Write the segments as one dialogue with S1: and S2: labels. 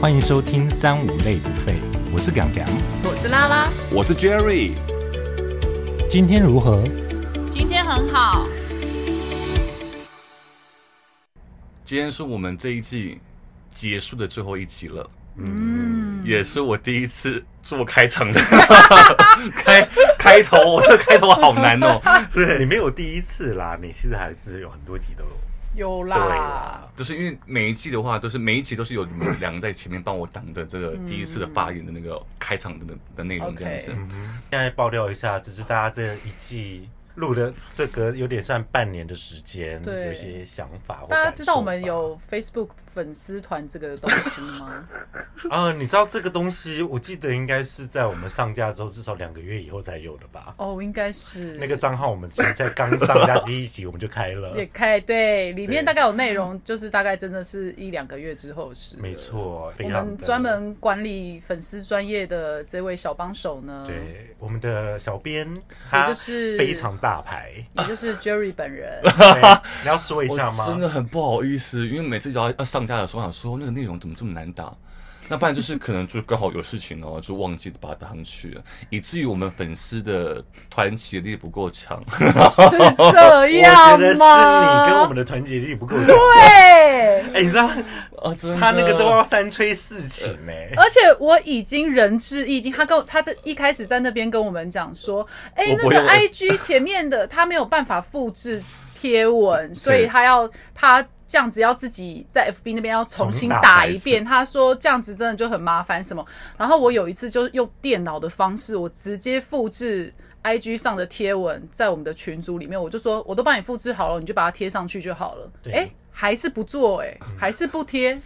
S1: 欢迎收听三五类不废，我是 Gang Gang。
S2: 我是拉拉，
S3: 我是 Jerry，
S1: 今天如何？
S2: 今天很好，
S3: 今天是我们这一季结束的最后一集了。嗯，也是我第一次做开场的 开开头，我的开头好难哦。
S4: 你没有第一次啦，你其实还是有很多集都有。
S2: 有
S4: 对啊啦，
S3: 就是因为每一季的话，都是每一集都是有你们两个在前面帮我挡的这个第一次的发言的那个开场的的内容这样子
S2: OK。
S4: 现在爆料一下，只是大家这一季录的这个有点算半年的时间，
S2: 对
S4: 有一些想法或
S2: 大家
S4: 感
S2: 知道
S4: 受
S2: 我们
S4: 吧
S2: 有 Facebook 粉丝团这个东西吗？
S4: 啊、你知道这个东西，我记得应该是在我们上架之后至少两个月以后才有的吧？
S2: 哦，应该是
S4: 那个账号我们其实在刚上架第一集我们就开了
S2: 也，开对，里面
S4: 对
S2: 大概有内容，就是大概真的是一两个月之后是。
S4: 没。错，非
S2: 我
S4: 常
S2: 们
S4: 的
S2: 专门管理粉丝专业的这位小帮手呢，，
S4: 对我们的小编，
S2: 也
S4: 他
S2: 就是
S4: 非常大牌，
S2: 也就是 Jerry 本人，
S4: 对你要说一
S3: 我
S4: 下吗？
S3: 真的很不好意思，因为每次只要要上架的时候，我想说那个内容怎么这么难打。那不然就是可能就刚好有事情哦，就忘记把它打上去了，以至于我们粉丝的团结力不够强。
S2: 是这
S4: 我觉
S2: 样吗？
S4: 得是你跟我们的团结力不够强。
S2: 对，
S4: 哎、你知道
S3: 啊，真的
S4: 他那个都要三催四请呢、
S2: 而且我已经仁至义尽，他跟我他这一开始在那边跟我们讲说，哎、
S3: 我
S2: 那
S3: 不
S2: 个
S3: 用
S2: IG 前面的他没有办法复制贴 文，所以他要他。这样子要自己在 FB 那边要重新打一 遍，他说这样子真的就很麻烦什么。然后我有一次就用电脑的方式，我直接复制 IG 上的贴文在我们的群组里面，我就说我都帮你复制好了，你就把它贴上去就好了。
S4: 对
S2: 哎、还是不做哎、还是不贴。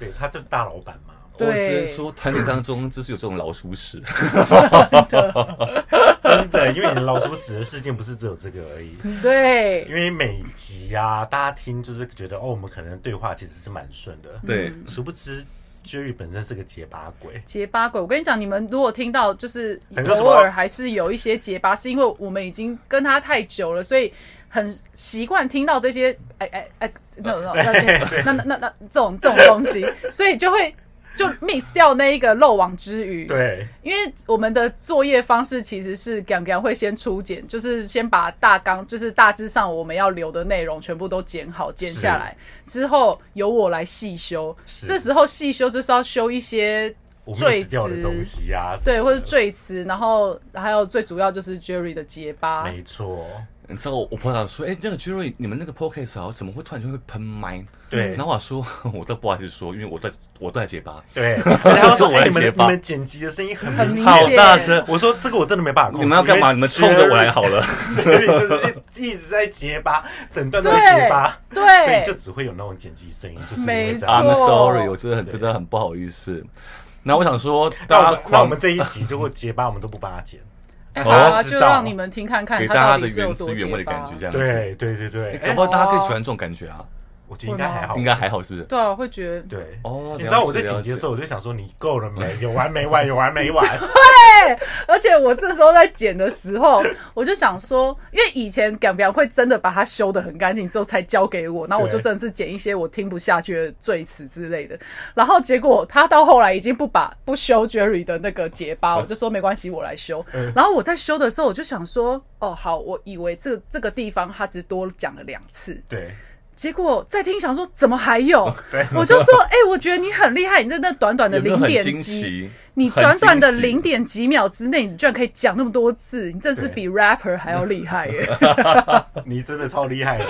S4: 对，他就是大老板嘛。
S3: 我只
S2: 对
S3: 能说团体当中就是有这种老鼠屎。
S4: 嗯真的，因为你老鼠屎的事件不是只有这个而已。
S2: 对
S4: 因，为每集啊，大家听就是觉得哦，我们可能对话其实是蛮顺
S2: 嗯
S4: 的，
S3: 对，
S4: 殊不知 Jerry 本身是个结巴鬼。
S2: 结巴鬼，我跟你讲，你们如果听到就是
S4: 很多什
S2: 偶
S4: 么
S2: 尔还是有一些结巴，是因为我们已经跟他太久了，所以很习惯听到这些哎哎哎，那 种那那那那那这种这种东西，所以就会就 miss 掉那一个漏网之鱼。，
S4: 对，
S2: 因为我们的作业方式其实是 gang gang 会先初剪，就是先把大纲，就是大致上我们要留的内容全部都剪好，剪下来之后由我来细修。
S4: 是
S2: 这时候细修就是要修一些
S4: 我们
S2: 赘
S4: 死掉的东
S2: 词，
S4: 西啊，什么的
S2: 对，或者赘词，然后还有最主要就是 Jerry 的结巴。
S4: 没错，
S3: 你知道我朋友说，哎、那个 Jerry，你们那个 podcast 啊，怎么会突然就会喷麦？
S4: 对
S3: 然后我说，我都不好意思说，因为我在我都在结巴。
S4: 对。然后
S3: 是
S4: 说
S3: 我来
S4: 哎你们
S3: 结
S4: 你
S3: 巴
S4: 们剪辑的声音很
S2: 很
S4: 明
S2: 明
S4: 显
S2: 显
S3: 好大声！
S4: 我说这个我真的没办法控制。
S3: 你们要干嘛？
S4: 因为
S3: 你们冲着我来好了。
S4: Jerry 就是一直在结巴，整段都在
S2: 对
S4: 结巴。所以
S2: 对
S4: 就，只会有那种剪辑声音，就是因
S2: 没
S4: 为
S2: 错
S4: 这 样。
S3: I'm sorry，我真的很
S4: 哦对
S3: 真的很不好意思。然后我想说，
S4: 那
S3: 大家
S4: 我们啊那我
S3: 狂
S4: 们这一集如果结巴，我们都不帮他剪。
S2: 哎
S4: 好
S2: 好啊，
S4: 知
S2: 就
S4: 道
S2: 让你们听看看
S3: 给
S2: 他
S3: 大家
S2: 到
S3: 的
S2: 底是有
S3: 原
S2: 多
S3: 汁原
S2: 结
S3: 味的感
S2: 巴
S3: 觉，。这样子。
S4: 对对对对，
S3: 搞
S4: 哎
S3: 不好大家可以喜欢这种感觉啊，
S4: 我觉得应该还好，
S3: 应该还好，是不是？
S2: 对啊，我会觉得
S4: 对。
S3: 哦，
S4: 哦你知道
S3: 了
S4: 我
S3: 解
S4: 在剪辑的时，候，
S3: 了
S4: 我就想说你够了没？ 有完没完？有完没完？
S2: 而且我这时候在剪的时候，我就想说，因为以前表表会真的把它修得很干净之后才交给我，然后我就真的是剪一些我听不下去的赘词之类的。然后结果他到后来已经不把不修 Jerry 的那个结巴，我就说没关系，我来修。然后我在修的时候，我就想说，哦，好，我以为这这个地方他只多讲了两次，
S4: 对，
S2: 结果再听想说怎么还
S3: 哦
S2: 有？我就说，哎、我觉得你很厉害，你在那短短的
S3: 有没有
S2: 零
S3: 很
S2: 点
S3: 惊
S2: 几。
S3: 奇？
S2: 你
S3: 很
S2: 短短的
S3: 惊喜
S2: 零点几秒之内，你居然可以讲那么多次，你真是比 rapper 还要厉害 耶！
S4: 你真的超厉害的。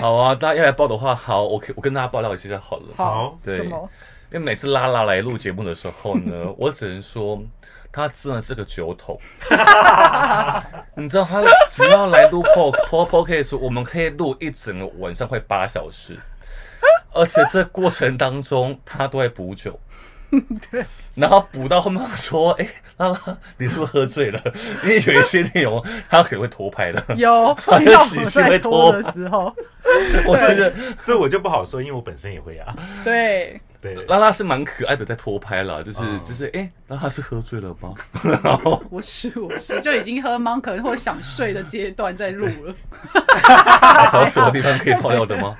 S3: 好啊，大家要来报的话，好，我可我跟大家爆料一下好了。
S2: 好，
S3: 对
S2: 什么？
S3: 因为每次拉拉来录节目的时候 呢，我只能说他真的是个酒桶。你知道他只要来录 po po podcast，我们可以录一整个晚上，快八小时。而且这过程当中，他都在 补酒。对，然后补到后面他说：“哎、拉拉，你是不是喝醉了？ 因为有一些内容他可能会偷拍的。
S2: 有听到我在拖的时 候，
S3: 我觉得
S4: 这我就不好说，因为我本身也会啊。
S2: 对，
S4: 对，
S3: 拉拉是蛮可爱的，在偷拍啦，就是、
S2: 哦
S3: 就是，哎、拉拉是喝醉了吗？然后
S2: 我是我是就已经喝 monk 或想睡的阶段在录了，
S3: 还有什么地方可以爆料的吗？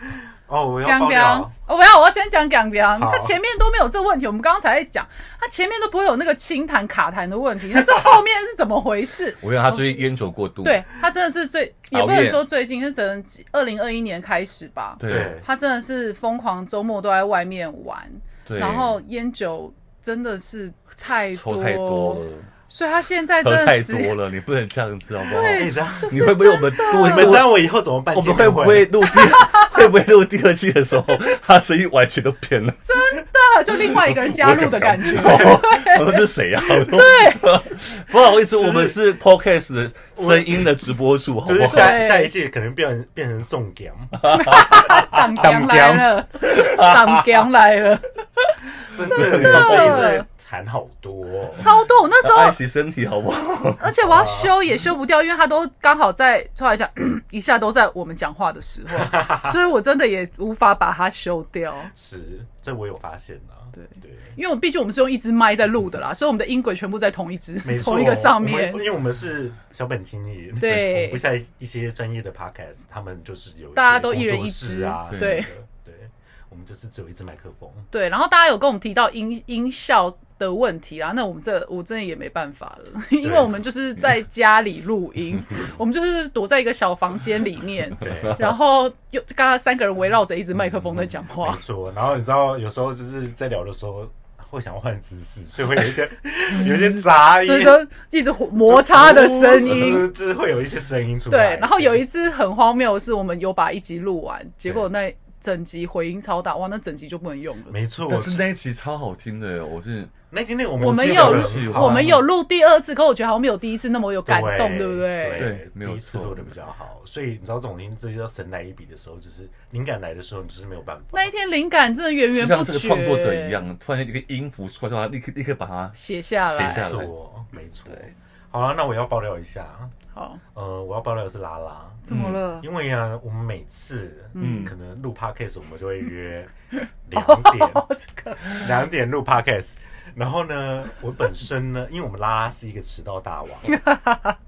S4: 哦，我要
S2: 讲
S4: 爆料
S2: 讲，，哦不要，我要先讲讲讲。
S4: 好
S2: 他前面都没有这问题，我们刚刚才在讲，他前面都不会有那个清痰卡痰的问题，他这后面是怎么回事？
S3: 我以为他最近烟酒过度，
S2: 对他真的是最，也
S3: 熬
S2: 不能
S3: 夜
S2: 说最近，是只能二零二一年开始吧。
S3: 对
S2: 他真的是疯狂，周末都在外面玩，
S3: 对，
S2: 然后烟酒真的是太
S3: 抽太多了，
S2: 所以他现在 真
S3: 喝
S2: 的
S3: 太
S2: 是
S3: 多了，你不能这样子好不好？
S2: 对，
S4: 哎这样
S2: 就是
S3: 哦你会不会我们
S2: 真的
S3: 录
S4: 你们知道我以后怎么办？
S3: 我们
S4: 见面
S3: 会不会录第 会不会录第二季的时候，他声音完全都变了？哦
S2: 啊就另外一个人加入的感觉。
S3: 我说这是谁 呀、啊？对，不好意思，我们是 podcast 的声音的直播主，好
S4: 就
S3: 不
S4: 是
S3: 好？
S4: 下
S2: 对
S4: 下一季可能变成变成重点，
S2: 党江来了，党江来 了，
S4: 真的，
S3: 哦
S4: 我最近是谈好多哦、
S2: 超多！我那时
S3: 爱
S2: 候，
S3: 惜身体，好不好？
S2: 而且我要修也修不掉，因为他都刚好在突然讲 一下都在我们讲话的时 候，所以我真的也无法把它修掉。
S4: 是，这我有发现啊。
S2: 对
S4: 对，
S2: 因为我毕竟我们是用一支麦在录的啦，所以我们的音轨全部在同一支
S4: 没错，
S2: 同一个上面
S4: 我们。因为我们是小本经理，
S2: 对
S4: 我们不像一些专业的 podcast，他们就是有些
S2: 大家都一人一
S4: 工作室啊，
S2: 支
S4: 什么的
S2: 对
S4: 对，我们就是只有一支麦克风，
S2: 对，然后大家有跟我们提到音音效的问题啊，那我们这我真的也没办法了， 因为我们就是在家里录 音，我们就是躲在一个小房间里面，
S4: 对。
S2: 然后又刚刚三个人围绕着一支麦克风在讲
S4: 没
S2: 话，
S4: 错，然后你知道有时候就是在聊的时候会想换姿势，所以会有 一些有一些杂音，
S2: 就是说一直摩擦的声 音。，
S4: 就是会有一些声音出来。
S2: 对，然后有一次很荒谬的是，我们有把一集录完，结果那整集回音超大，哇，那整集就不能用了。
S4: 没错，
S3: 但是那一期超好听的，我是
S4: 那今天我们
S2: 我们
S4: 基本
S2: 有
S4: 的
S3: 录
S4: 很好啊
S2: 我们有录第二次，可我觉得好像没有第一次那么有感动，对不对？
S3: 对没有
S4: 第一次
S3: 错
S4: 录的比较好，所以你知道这种东西，这就叫神来一笔的时候，就是灵感来的时候，你就是没有办法
S2: 那。一天灵感真的源
S3: 就
S2: 源
S3: 像
S2: 不
S3: 这
S2: 绝，
S3: 个创作者一样，突然间一个音符出来的话，立刻立刻把它
S2: 写下来。
S3: 写下来
S4: 没错，哦没错
S2: 对。
S4: 好啊了，那我要爆料一下，
S2: 好，
S4: 呃，我要爆料的是拉拉，
S2: 怎么了？
S4: 因为啊，我们每次
S3: 嗯
S4: 嗯，可能录 podcast 我们就会 约两点，
S2: 哦，这个
S4: 两点录 podcast。然后呢，我本身呢，因为我们拉拉是一个迟到大 王，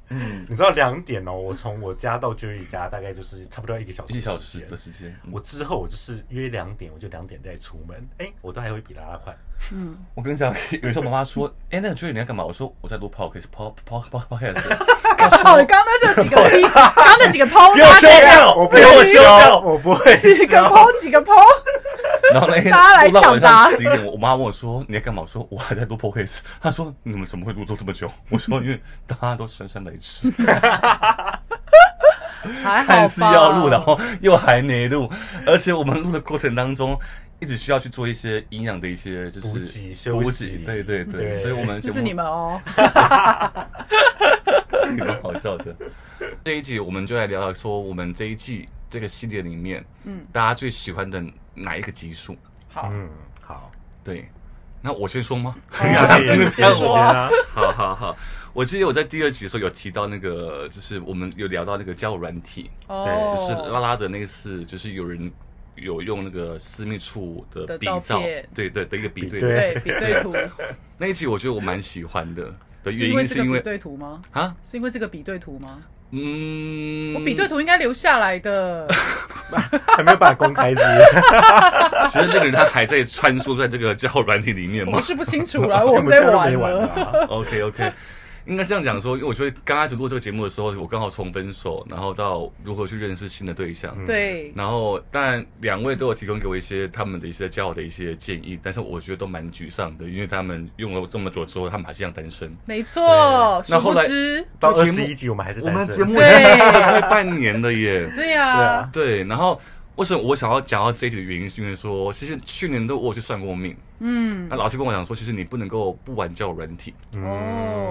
S4: 嗯，你知道两点哦，我从我家到 Jerry 家大概就是差不多要一个小时，
S3: 一小时的。时间。我
S4: 我之后我就是约两点，我就两点再出门，哎，我都还会比拉拉快。
S3: 我跟你讲，有时候妈妈说：“哎、那个 j 你要干嘛？”我说：“我在录 podcast，podcast，podcast。”
S2: 好，刚刚那 这几个 P，刚刚那几个抛，
S3: 给我修掉，
S4: 我不
S3: 给我
S4: 会
S3: 修掉。
S4: 啊我不会啊
S2: 几个
S4: 教。
S2: 抛，几个抛，
S3: 然后那天
S2: 大家来
S3: 录到晚上
S2: 抢答
S3: 十一点，我妈问我说：“你在干嘛？”我说：“我还在录 podcast。”她说：“你们怎么会录做这么久？”我说：“因为大家都姗姗来迟，
S2: 还好
S3: 看
S2: 吧？
S3: 似要录，然后又还没录，而且我们录的过程当中。”一直需要去做一些营养的一些就是
S4: 补给休
S3: 补
S4: 息
S3: 给，对对对，
S4: 对
S3: 所以我们节
S2: 就
S3: 目
S2: 是你们哦。
S3: 你们好笑的。这一集我们就来聊聊说我们这一季这个系列里面，嗯，大家最喜欢的哪一个集数？
S2: 好，
S4: 嗯，好，
S3: 对，那我先说吗？
S2: 好就你先
S4: 我
S2: 说
S4: 先
S2: 啊。
S4: 啊。
S3: 好好好，我记得我在第二集的时候有提到那个，就是我们有聊到那个交友软体，
S2: 哦，
S3: 就是拉拉的那个是，就是有人有用那个私密处的
S2: 的
S3: 比
S2: 照
S3: 照
S2: 片，
S3: 对对的一个比对
S4: 比对
S2: 对比对 图，
S3: 那一集我觉得我蛮喜欢的，的
S2: 是
S3: 原
S2: 因为
S3: 因
S2: 这个
S3: 是因
S2: 比
S3: 为
S2: 对图吗？
S3: 啊，
S2: 是因为这个比对图吗？
S3: 嗯，
S2: 我比对图应该留下来 的。
S4: 还没有把它公开是不是，
S3: 其实那个人他还在穿梭在这个交友软体里面
S2: 我
S3: 嘛
S2: 们。是不清楚啦，
S4: 我
S2: 我
S4: 们
S2: 在
S4: 现在都
S2: 玩
S4: 没玩啊
S2: 了。
S4: 了。
S3: OK OK，应该这样讲说，因为我觉得刚开始录这个节目的时候，我刚好从分手，然后到如何去认识新的对象，
S4: 嗯
S2: 对，
S3: 然后，当然两位都有提供给我一些他们的一些交友的一些建议，但是我觉得都蛮沮丧的，因为他们用了这么久之后，他们还是一样单身。
S2: 没错，
S3: 那
S2: 殊
S3: 后
S2: 不
S3: 来
S2: 知，
S4: 到
S3: 这
S4: 二
S3: 节目
S4: 十一集我们还是
S3: 我
S4: 单
S3: 们
S4: 身
S3: 节目
S2: 对
S3: 快半年了耶。
S2: 对
S4: 对
S2: 呀
S4: 啊，
S3: 对，然后为什么我想要讲到这一集的原因，是因为说，其实去年都我有去算过命，嗯，那老师跟我讲说，其实你不能够不玩交友软体，他
S4: 嗯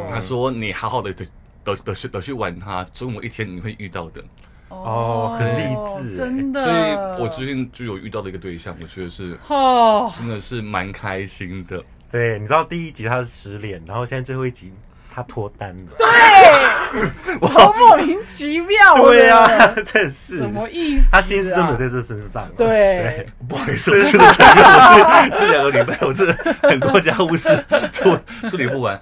S2: 哦
S3: 说你好好的的的的去的去玩它，总有一天你会遇到的。
S4: 哦很励志
S2: 真的。
S3: 所以我最近就有遇到了一个对象，我觉得是
S2: 哦，
S3: 真的是蛮开心的。
S4: 对，你知道第一集他是失恋，然后现在最后一集他脱单了。
S2: 对，超莫名其妙的。
S4: 对啊呀、真是
S2: 什么意思、啊？
S4: 他心思没有在这身上啊。
S2: 对
S3: 不好意思，我真 的承认，我这这两个礼拜我真的很多家务事处处理不完，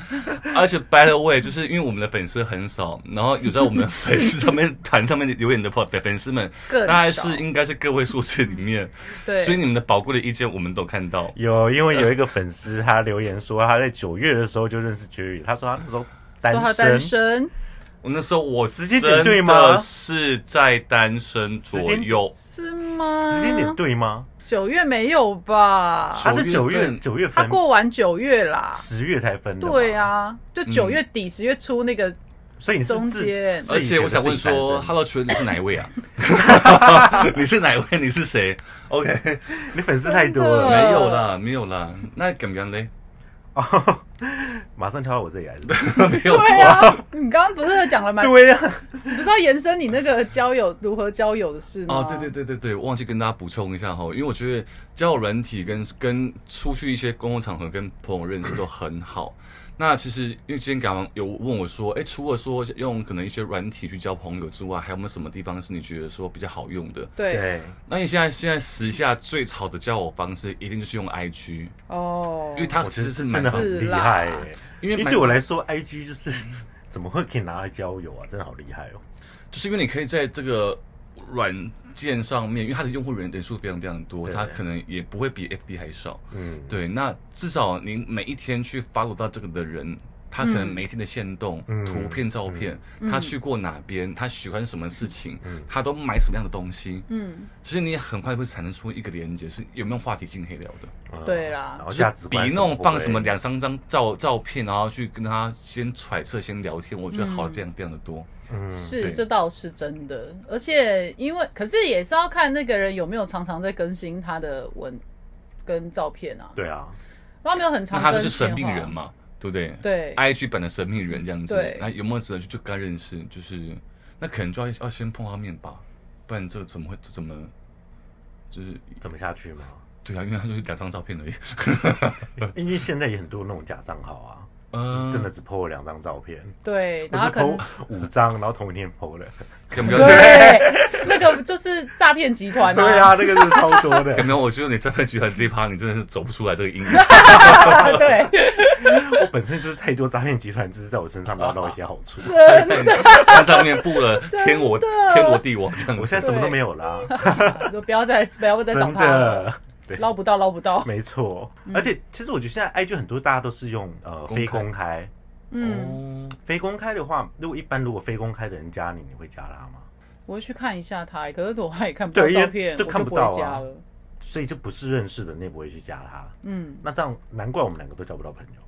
S3: 而且 by the way，就是因为我们的粉丝很少，然后有在我们的粉丝上面谈他们留言 的粉粉丝们
S2: 更，少
S3: 大概是应该是个位数字里面，
S2: 对
S3: 所以你们的宝贵的意见我们都看到。
S4: 有，因为有一个粉丝他留言说，他在九月的时候就认识 Jerry，他说他那时候单
S2: 说他
S4: 身，
S2: 单身，
S3: 我那时候我时
S4: 间点对吗
S3: 是在单身左
S4: 时间
S3: 右，
S2: 是吗？
S4: 时间点对吗？
S2: 九月没有吧？
S4: 他是九月
S3: 份
S4: 九月
S2: 他
S4: 分，
S2: 过完九月啦。
S4: 十月才分的。
S2: 对，啊，就
S3: 嗯
S2: 九月底十月初 那个，
S4: 所以你是
S2: 中
S4: 自
S2: 间，
S3: 而
S4: 自己
S3: 且
S4: 觉得
S3: 我想问
S4: 自己单
S3: 说
S4: 身
S3: ，Hello，请问你是哪一位 啊？你是哪一位？你是谁？OK，
S4: 你粉丝太多了
S2: 真的，
S3: 没有啦，没有啦。那怎么样嘞？
S4: 马上跳到我这里来是吧？
S3: 没有
S2: 对
S3: 错啊。
S2: 啊，你刚刚不是讲了蛮，
S4: 对呀、啊
S2: 你不是要延伸你那个交友如何交友的事吗？
S3: 哦，对对对对对，忘记跟大家补充一下哈，因为我觉得交友软体跟跟出去一些公共场合跟朋友认识都很好。 那其实因为之前港王有问我说，哎，除了说用可能一些软体去交朋友之外，还有没有什么地方是你觉得说比较好用的？
S2: 对
S4: 对，
S3: 那你现在现在时下最潮的交友方式，一定就是用 IG，
S2: 哦，
S3: 因为它
S4: 我
S3: 其实是蛮
S4: 真的很厉害、
S2: 是啦
S4: 欸，
S3: 因为
S4: 因为
S3: 蛮
S4: 对我来说，IG 就是 怎么会可以拿来交友啊？真的好厉害哦！
S3: 就是因为你可以在这个软件上面，因为它的用户人人数非常非常多，
S4: 对
S3: 它可能也不会比 FB 还少。
S4: 嗯，
S3: 对，那至少您每一天去 follow 到这个的人，他可能每一天的行动、
S4: 嗯
S3: 图片、照片，他去过哪边，他喜欢什么事情，
S4: 嗯
S3: 他都买什么样的东西，
S2: 嗯，
S3: 其实你也很快会产生出一个连接，是有没有话题性可以聊的。
S4: 嗯
S2: 对啦
S4: 然后价值
S3: 比
S4: 观
S3: 那种放什么
S4: 两
S3: 两三张照照片，然后去跟他先揣测、先聊天，我觉得好的非常非常的多。
S2: 嗯
S3: 对
S2: 是，这倒是真的。而且因为，可是也是要看那个人有没有常常在更新他的文跟照片啊。
S4: 对啊，
S2: 如果他没有很
S3: 那
S2: 常
S3: 他
S2: 更新的话，啊
S3: 就是神秘人嘛，哎对不对？
S2: 对
S3: ，IG 版的神秘人这样子
S2: 对，
S3: 那有没有值得去就跟他认识？就是那可能就要要先碰到面吧，不然这怎么会这怎么就是
S4: 怎么下去嘛？
S3: 对啊？因为他就是两张照片 而已，
S4: 因为现在也很多那种假账号啊，
S3: 呃嗯
S4: 就是真的只 PO 了两张照片，
S2: 对，
S4: 不
S2: 然
S4: 是
S2: 后可能
S4: PO 五张，然后同一天 PO 的。
S3: 有 没有？
S2: 对那个就是诈骗集 团
S4: 对啊，那个是超多的
S3: 有。没有？我觉得你在饭局很这一趴，你真的是走不出来这个阴 影。
S2: 啊，对，
S4: 我本身就是太多诈骗集团，就是在我身上捞到一些好处。
S2: 真的
S3: 山上面布了天罗
S2: 真的
S3: 天罗地网这样
S4: 我
S3: 子。
S4: 现在什么都没有啦，
S2: 就不要再不要再找
S4: 真
S2: 他了，
S4: 的。对，
S2: 捞嗯不到，捞不到。
S4: 没错。而且其实我觉得现在 IG 很多大家都是用呃
S3: 公开
S4: 非公开，
S2: 嗯，
S3: 哦
S4: 非公开的话，如果一般如果非公开的人加你，你会加他吗？
S2: 我会去看一下他，可是我还看不到
S4: 对因为
S2: 照片，
S4: 就
S2: 我
S4: 看
S2: 不
S4: 不
S2: 会
S4: 到啊
S2: 加了。
S4: 所以就不是认识的，你也不会去加他。
S2: 嗯，
S4: 那这样难怪我们两个都交不到朋 友，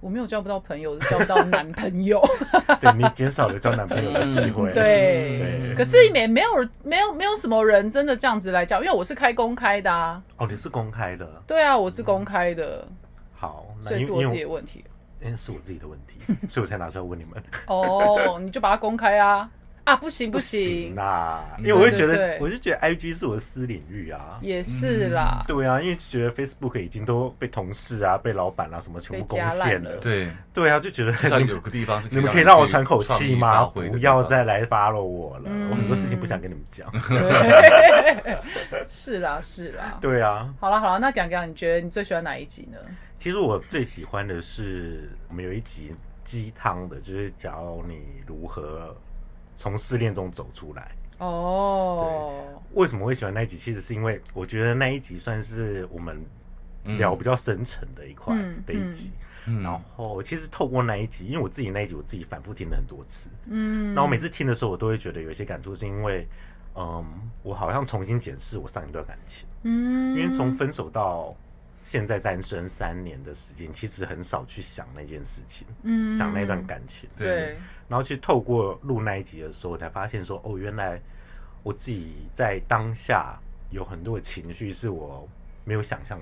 S2: 我没有交不到朋友， 我是交不到男朋友。
S4: 嗯对你减少了交男朋友的机 会。
S2: 对
S4: 对，
S2: 可是也没有没有没有什么人真的这样子来讲，因为我是开公开的啊。
S4: 哦，你是公开的，
S2: 对啊，我是公开的，
S4: 好，那
S2: 所以
S4: 因
S2: 是
S4: 为
S2: 我
S4: 因
S2: 自己
S4: 为
S2: 的问题。
S4: 嗯因为是我自己的问题，所以我才拿出来问你们。
S2: 哦，你就把它公开啊啊！不行
S4: 不
S2: 行，
S4: 啦，
S3: 嗯
S4: 因为我就觉
S2: 对对对
S4: 得，我就觉得 IG 是我的私领域啊。
S2: 也是啦，
S4: 对啊，因为觉得 Facebook 已经都被同事啊、被老板啊什么全部
S2: 被
S4: 攻
S2: 夹烂
S4: 陷
S2: 了
S3: 对，
S4: 对啊，就觉
S3: 至少
S4: 得你
S3: 有
S4: 们
S3: 个地方是
S4: 你们可
S3: 可
S4: 以
S3: 以
S4: 让我
S3: 去
S4: 喘口
S3: 创
S4: 气
S3: 意
S4: 吗？
S3: 发挥的
S4: 不
S3: 地
S4: 要
S3: 方
S4: 再来 follow 我了，
S2: 嗯
S4: 我很多事情不想跟你们 讲。
S2: 对是啦是啦。
S4: 嗯对啊，
S2: 好啦好啦，那讲讲，你觉得你最喜欢哪一集呢？
S4: 其实我最喜欢的是我们有一集鸡汤的，就是教你如何从失恋中走出来。
S2: 哦，
S4: 为什么会喜欢那一集？其实是因为我觉得那一集算是我们
S3: 嗯
S4: 聊比较深层的一块
S2: 嗯
S4: 的一集。
S3: 嗯
S4: 然后其实透过那一集，因为我自己那一集我自己反复听了很多次，
S2: 嗯，
S4: 然后每次听的时候，我都会觉得有一些感触，是因为，嗯，我好像重新检视我上一段感情，
S2: 嗯，
S4: 因为从分手到现在单身三年的时间，其实很少去想那件事情，
S2: 嗯
S4: 想那段感情，
S2: 对
S4: 然后去透过录那一集的时候，我才发现说，哦，原来我自己在当下有很多的情绪是我没有想象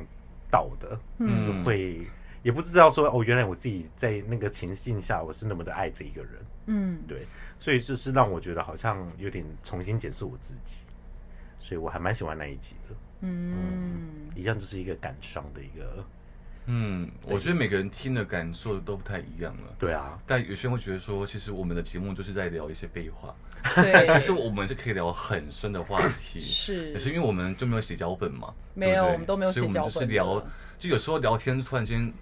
S4: 到的，就是嗯
S3: 嗯
S4: 会也不知道说，哦，原来我自己在那个情境下，我是那么的爱这一个人，
S2: 嗯
S4: 对，所以就是让我觉得好像有点重新检视我自己，所以我还蛮喜欢那一集的，
S2: 嗯
S4: 一样就是一个感伤的一个
S3: 嗯，我觉得每个人听的感受都不太一样了。
S4: 对啊，
S3: 但有些人会觉得说，其实我们的节目就是在聊一些废话，但
S2: 对，
S3: 其实我们是可以聊很深的话 题。
S2: 是
S3: 可是因为我们就没有写脚本嘛，
S2: 没有
S3: 对不对
S2: 我们都没有写
S3: 所以我们
S2: 脚本的
S3: 就是聊，就有时候聊天突然间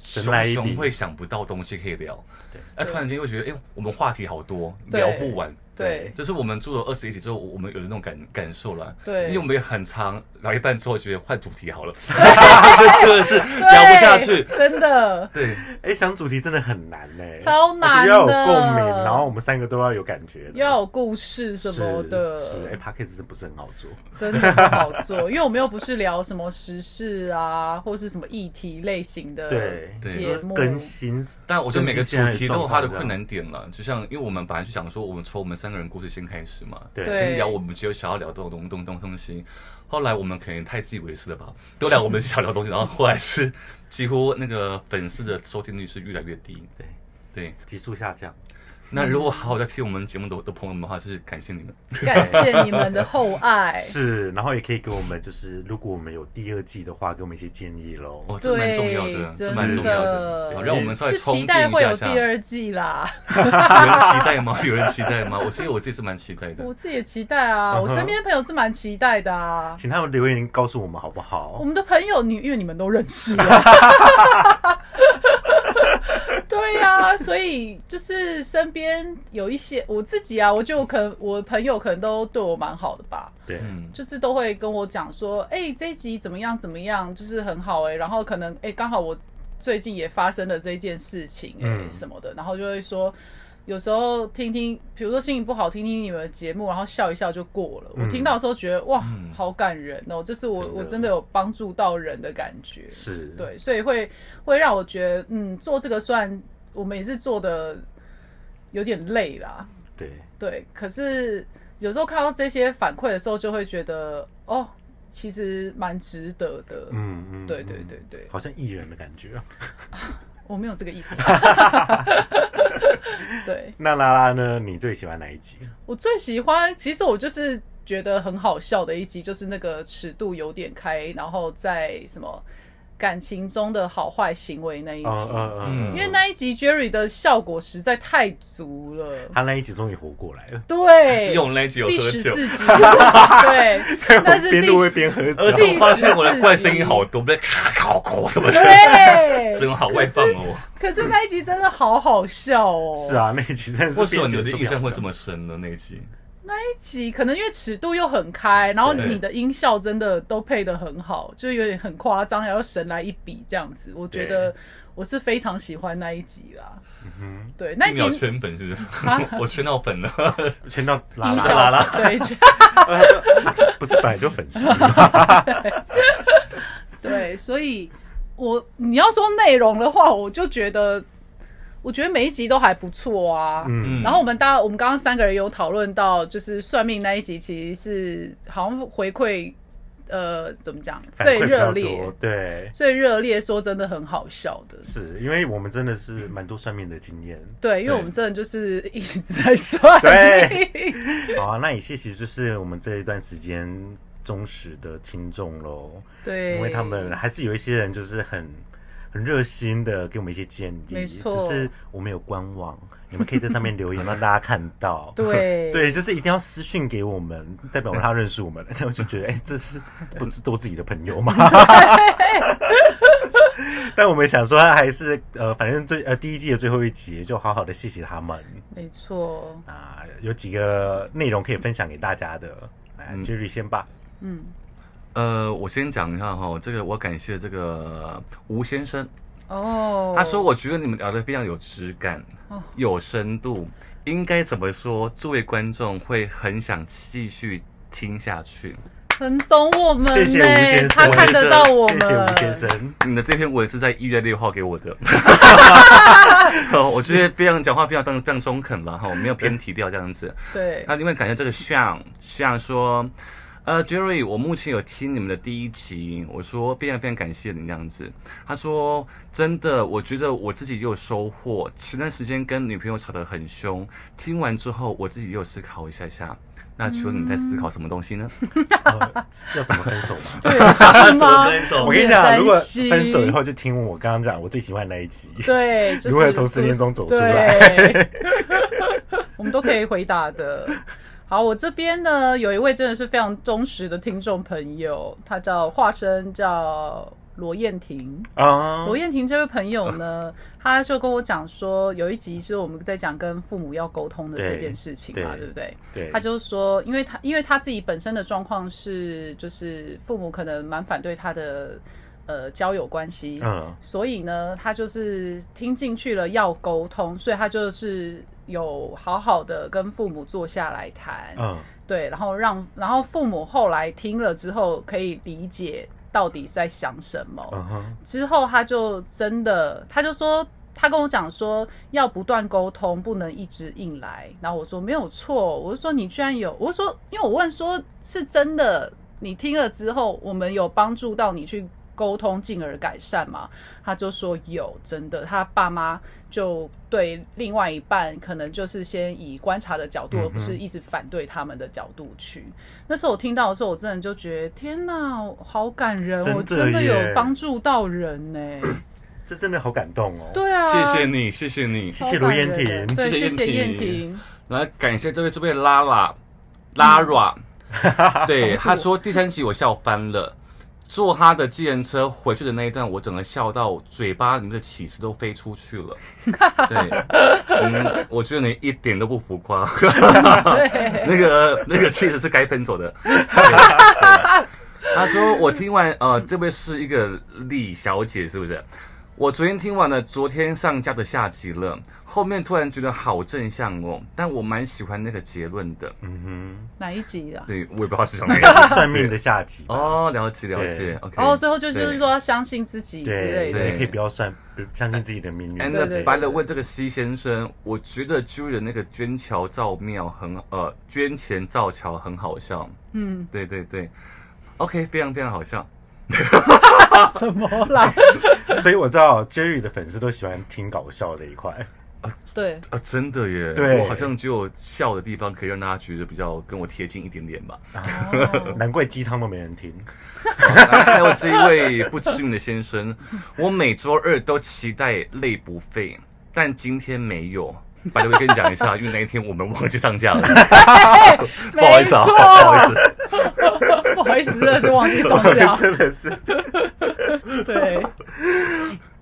S4: 神来一笔
S3: 熊会想不到东西可以聊，
S4: 对
S3: 那突然间又觉得，哎，我们话题好多，
S2: 对
S3: 聊不完。
S2: 对
S3: 这是我们做了二十一集之后，我们有的那种感感受啦。
S2: 对
S3: 因为我们也很长聊一半之后，觉得换主题 好了，这真的是聊不下去。
S2: 对真的。
S3: 对，
S4: 哎、想主题真的很难呢、
S2: 超难
S4: 我觉
S2: 的
S4: 得要有共鸣，然后我们三个都要有感觉的，
S2: 要有故事什么的，
S4: 是是哎 p a c k a g e 真不是很好做，
S2: 真的不好做，因为我们又不是聊什么时事啊，或是什么议题类型的
S4: 对，
S3: 对
S2: 节目，
S4: 更新，
S3: 但我觉得每个主题都有它的困
S4: 更新现在状况这样。
S3: 难点了。就像，因为我们本来就想说，我们从我们三个人故事先开始嘛，
S4: 对
S3: 先聊我们只有想要聊东东东东东西。后来我们可能太自以为是了吧，都聊我们想聊东西，然后后来是几乎那个粉丝的收听率是越来越低。
S4: 对，
S3: 对，
S4: 急速下降，
S3: 那如果好好在听我们节目的的朋友们的话，是感谢你们。
S2: 感谢你们的厚爱。
S4: 是，然后也可以给我们，就是如果我们有第二季的话，给我们一些建议喽。
S3: 哦，这蛮重要的，
S2: 对
S3: 这蛮
S2: 真
S3: 重要的，
S2: 的
S3: 对好让我们稍微
S2: 是期
S3: 充
S2: 待
S3: 电一
S2: 会
S3: 下
S2: 有
S3: 下。
S2: 第二季啦，
S3: 有人期待吗？有人期待吗？我其实我自己是蛮期待的
S2: 我。自己也期待啊，我身边的朋友是蛮期待的啊。
S4: 请他们留言告诉我们好不好
S2: 我？们的朋友，你因为你们都认识啊，对呀、所以就是身边有一些我自己啊，我觉得我可能我朋友可能都对我蛮好的吧，
S4: 对，
S3: 嗯，
S2: 就是都会跟我讲说，哎、这一集怎么样怎么样，就是很好哎、然后可能哎，刚、好我最近也发生了这件事情哎、
S4: 嗯
S2: 什么的，然后就会说。有时候听听，比如说心情不好，听听你们的节目，然后笑一笑就过了。我
S4: 嗯
S2: 听到的时候觉得哇，
S3: 嗯
S2: 好感人哦，就是我
S4: 真的
S2: 我真的有帮助到人的感觉。
S4: 是，，
S2: 对，所以会会让我觉得，嗯，做这个算我们也是做的有点累啦，
S4: 对，
S2: 对，可是有时候看到这些反馈的时候，就会觉得哦，其实蛮值得的。
S4: 嗯嗯，
S2: 对对
S4: 嗯，
S2: 对对，
S4: 好像艺人的感觉。
S2: 我没有这个意思。 对
S4: 那拉拉呢？你最喜欢哪一集？
S2: 我最喜欢，其实我就是觉得很好笑的一集，就是那个尺度有点开，然后在什么感情中的好坏行为那一
S4: 呃哦
S2: 集。
S3: 嗯
S2: 因为那一集 Jerry 的效果实在太足了，
S4: 他那一集终于活过来了，
S2: 对，
S3: 用那一集有
S2: 第
S3: 喝
S2: 十
S3: 酒，
S2: 四集， 对， 那是
S4: 边
S2: 第
S4: 录会边喝
S3: 而
S4: 酒。
S3: 且我发现我的怪声音好多，被咔咔咔什么的，
S2: 对，
S3: 真好外放哦。
S2: 可是。可是那一集真的好好笑哦。
S4: 是，啊，那一集真的是
S3: 为什么你
S4: 边
S3: 的
S4: 剪
S3: 印象会这
S4: 边
S3: 么深呢？那一集
S2: 那一集可能因为尺度又很开，然后
S3: 对
S2: 你的音效真的都配得很好，就有点很夸张，然后神来一笔这样子。我觉得我是非常喜欢那一集啦。
S4: 嗯哼
S2: 对，那一
S3: 一
S2: 集
S3: 秒圈粉是不是？
S2: 啊
S3: 我圈到粉了，
S4: 讲全到拉
S2: 音
S4: 拉
S2: 效
S4: 拉拉，
S2: 对
S4: 不是本来就粉丝吗，
S2: 对，所以我你要说内容的话，我就觉得，我觉得每一集都还不错啊。
S4: 嗯，
S3: 嗯
S2: 然后我们大家，我们刚刚三个人有讨论到，就是算命那一集，其实是好像回馈，呃，怎么讲
S4: 反
S2: 最
S4: 馈比较
S2: 热
S4: 多
S2: 烈，
S4: 对，
S2: 最热烈，说真的很好笑的。
S4: 是因为我们真的是蛮多算命的经验。
S2: 对，因为
S3: 对
S2: 我们真的就是一直在算命，
S4: 好啊，那也谢谢，就是我们这一段时间忠实的听众喽，
S2: 对，
S4: 因为他们啊还是有一些人就是很很热心的给我们一些建议，
S2: 没错
S4: 只是我们有官网，你们可以在上面留言让大家看 到。
S2: 对
S4: 对，就是一定要私讯给我们，代表他认识我们，然 后就觉得，哎、这是不是都自己的朋友吗？ 但我们想说，还是呃，反正最呃第一季的最后一集，就好好的谢谢他们
S2: 没错，
S4: 啊、有几个内容可以分享给大家的。来
S3: 嗯
S4: ，Jerry 先吧。
S2: 嗯，
S3: 呃，我先讲一下哈，这个我感谢这个吴先生，
S2: 哦，
S3: 他说：“我觉得你们聊得非常有质感
S2: 哦，
S3: 有深度，应该怎么说？诸位观众会很想继续听下去。
S2: 很懂我们呢，
S4: 谢谢吴先生
S2: 他看得到我们，
S4: 谢谢吴先，生，
S3: 你的这篇文是在一月六号给我 的， 哦我觉得非常讲话非常非常非常中肯了哈，我没有偏题掉这样子。
S2: 对，
S3: 那另外感谢这个像像说，呃，Jerry，我目前有听你们的第一集，我说非常非常感谢你这样子。他说真的，我觉得我自己也有收获。前段时间跟女朋友吵得很凶，听完之后我自己也有思考一下下。那请问你在思考什么东西呢？
S4: 呃 要怎么分手嘛？
S2: 对，是
S3: 怎么
S2: 吗？
S3: 分手
S4: 哦我？跟你
S2: 有
S4: 讲，
S2: 点
S4: 如果
S2: 担心
S4: 分手以后就听我刚刚讲我最喜欢的那一集，
S2: 对，就是
S4: 如何从失恋中走出来
S2: 对我们都可以回答的。好，我这边呢有一位真的是非常忠实的听众朋友，他叫化身叫罗燕婷。
S4: 啊
S2: 罗，燕婷这位朋友呢，他就跟我讲说，有一集是我们在讲跟父母要沟通的这件事情嘛，
S4: 对
S2: 对不对？
S4: 对，
S2: 他就说，因为他因为他自己本身的状况是，就是父母可能蛮反对他的呃交友关系，
S4: 嗯
S2: 所以呢，他就是听进去了要沟通，所以他就是有好好的跟父母坐下来谈，
S4: 嗯
S2: 对，然后让然后父母后来听了之后可以理解到底在想什么，
S4: 嗯哼，
S2: 之后他就真的，他就说，他跟我讲说要不断沟通，不能一直硬来。然后我说没有错，我就说你居然有，我就说因为我问说是真的，你听了之后，我们有帮助到你去沟通，进而改善吗？他就说有，真的，他爸妈就对另外一半可能就是先以观察的角度，
S4: 嗯哼
S2: 而不是一直反对他们的角度去。那时候我听到的时候，我真的就觉得天哪，好感人，
S4: 真的
S2: 我真的
S4: 耶
S2: 有帮助到人呢、
S4: 这真的好感动哦。
S2: 对啊，
S3: 谢谢你，谢谢你。
S4: 谢谢卢燕婷
S2: 对，
S3: 谢谢
S2: 谢谢燕
S3: 燕婷
S2: 婷，
S3: 来感谢这位这位拉拉 拉拉，对
S2: 总是嗯我
S3: 他说第三集我笑翻了。坐他的计程车回去的那一段，我整个笑到嘴巴里面的起司都飞出去 了。对，嗯，我觉得你一点都不浮夸。
S2: 对，
S3: 那个那个确实是该分手的。 他说我听完呃，这位是一个李小姐，是不是？我昨天听完了昨天上架的下集了，后面突然觉得好正向哦，但我蛮喜欢那个结论的。
S4: 嗯
S2: 哪一集啊的？
S3: 对，我也不知道是什么意思。
S4: 哼，算命的下集 吧
S3: 哦，了解了解
S4: 对。
S3: OK。
S2: 然后哦最后就就是
S3: 对
S2: 说要相信自己之
S4: 对，
S2: 类
S3: 对
S2: 的，
S4: 你可以不要算，不相信自己的命运。
S3: And
S2: 对对
S3: the, by the way，这个西先生，我觉得 j u 的那个捐桥造庙很呃捐钱造桥很好笑。
S2: 嗯，
S3: 对对对，OK，非常非常好笑。
S2: 什么啦？
S4: 所以我知道 Jerry 的粉丝都喜欢听搞笑这一 块。
S2: 对，
S3: 啊，真的耶！
S4: 对
S3: 我好像只有笑的地方可以让大家觉得比较跟我贴近一点点吧。
S2: 哦
S4: 难怪鸡汤都没人听。
S3: 还有这一位不知名的先生，我每周二都期待泪不废，但今天没有。白德威跟你讲一下，因为那一天我们忘记上架了，不好意思啊，
S2: 没
S3: 不
S2: 错
S3: 好意思。
S2: 不好意思，真的是忘记上架，
S4: 真的是
S2: 对，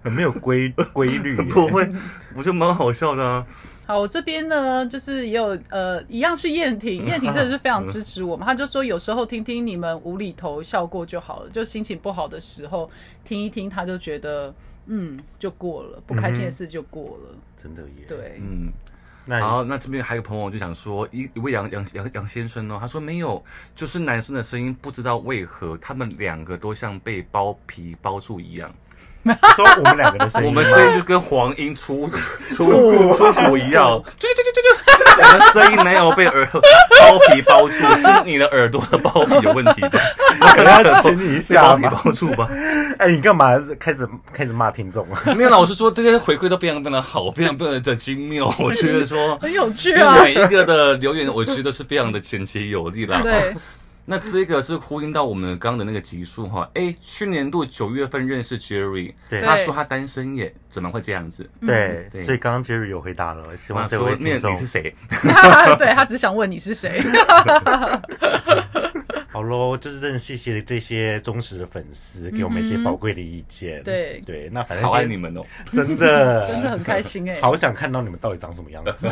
S4: 很没有规规 律耶。
S3: 不会， 我觉得蛮好笑的啊。
S2: 好，我这边呢，就是也有呃，一样是燕婷，燕婷真的是非常支持我们。她就说有时候听听你们无厘头笑过就好了，就心情不好的时候听一听，她就觉得嗯就过了，不开心的事就过了。
S4: 真的耶。，
S2: 对，
S3: 嗯，
S4: 那
S3: 然
S4: 你
S3: 后那这边还有个朋友就想说，一一位杨杨杨杨先生哦呢，他说没有，就是男生的声音，不知道为何他们两个都像被包皮包住一样。
S4: 说 我们两个的 声音，
S3: 我们声音就跟黄莺 出出出土一样， 就就就就就， 我们声音没有被耳包皮包住，是你的耳朵的包皮有问题 吧？
S4: 可能要亲你一
S3: 是包
S4: 下
S3: 皮
S4: 嘛。
S3: 包住吧？
S4: 哎，你干嘛开始开始骂听众啊？
S3: 没有老师说这些回馈都非常非常好，非常非常的精妙， 我觉得说。
S2: 很有趣
S3: 因
S2: 啊
S3: 为。每一个的留言，我觉得是非常的简洁有力啦。
S2: 对，
S3: 那这个是呼应到我们刚刚的那个集数哈。哎，去年度九月份认识 Jerry，
S4: 对
S3: 他说他单身耶，怎么会这样子？
S2: 嗯
S4: 对，
S3: 对
S4: 所以刚刚 Jerry 有回答了，希
S3: 我
S4: 望这
S3: 说
S4: 位
S3: 面
S4: 听众
S3: 你是谁？
S2: 对他只想问你是谁。
S4: 好喽，就是真的谢谢这些忠实的粉丝给我们一些宝贵的意见。
S2: 嗯对
S4: 对，那反正
S3: 好爱
S4: 今
S3: 你
S4: 天
S3: 们哦。
S4: 真的
S2: 真的很开心哎、
S4: 好想看到你们到底长什么样子。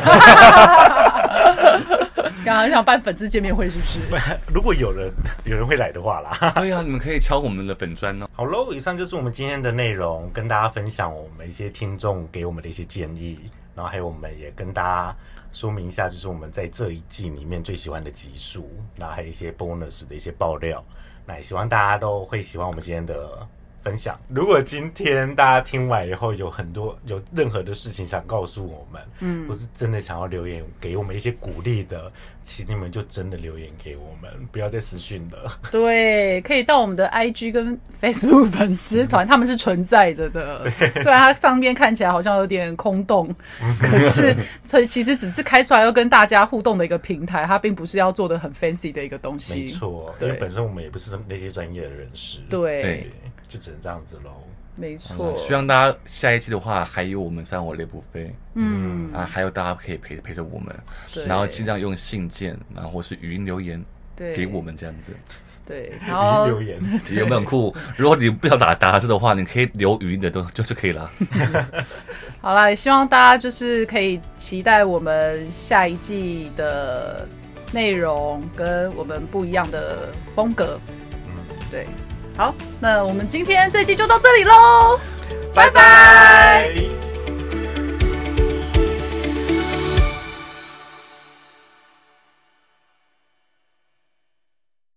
S2: 刚刚很想办粉丝见面会是不是？
S4: 如果有人有人会来的话啦。
S3: 对呀、啊你们可以敲我们的粉砖哦。
S4: 好喽，以上就是我们今天的内容，跟大家分享我们一些听众给我们的一些建议，然后还有我们也跟大家说明一下，就是我们在这一季里面最喜欢的集数，那还有一些 bonus 的一些爆料，那也希望大家都会喜欢我们今天的分享。如果今天大家听完以后有很多有任何的事情想告诉我们，嗯，或是真的想要留言给我们一些鼓励的，请你们就真的留言给我们，不要再私讯了。
S2: 对，可以到我们的 IG 跟 Facebook 粉丝团，他们是存在着的。虽然它上边看起来好像有点空洞，可是所以其实只是开出来要跟大家互动的一个平台，它并不是要做的很 fancy 的一个东西。
S4: 没，错，因
S2: 对
S4: 为本身我们也不是那些专业的人士，
S2: 对
S4: 对，就只能这样子喽。
S2: 没
S3: 嗯
S2: 错。
S3: 希望大家下一季的话，还有我们三我内部飞，
S2: 嗯，
S3: 啊，还有大家可以陪陪着我们
S2: 对，
S3: 然后尽量用信件，然后或是语音留言
S2: 对，
S3: 给我们这样子，
S2: 对，然
S4: 语
S2: 后
S4: 音留言，
S3: 有没有很酷？如果你不想打打字的话，你可以留语音的都就是可以啦。
S2: 好啦，也希望大家就是可以期待我们下一季的内容跟我们不一样的风格。
S4: 嗯，
S2: 对，好，那我们今天这一期就到这里喽。
S4: 拜拜。